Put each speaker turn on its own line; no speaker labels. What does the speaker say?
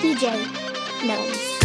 DJ Mills.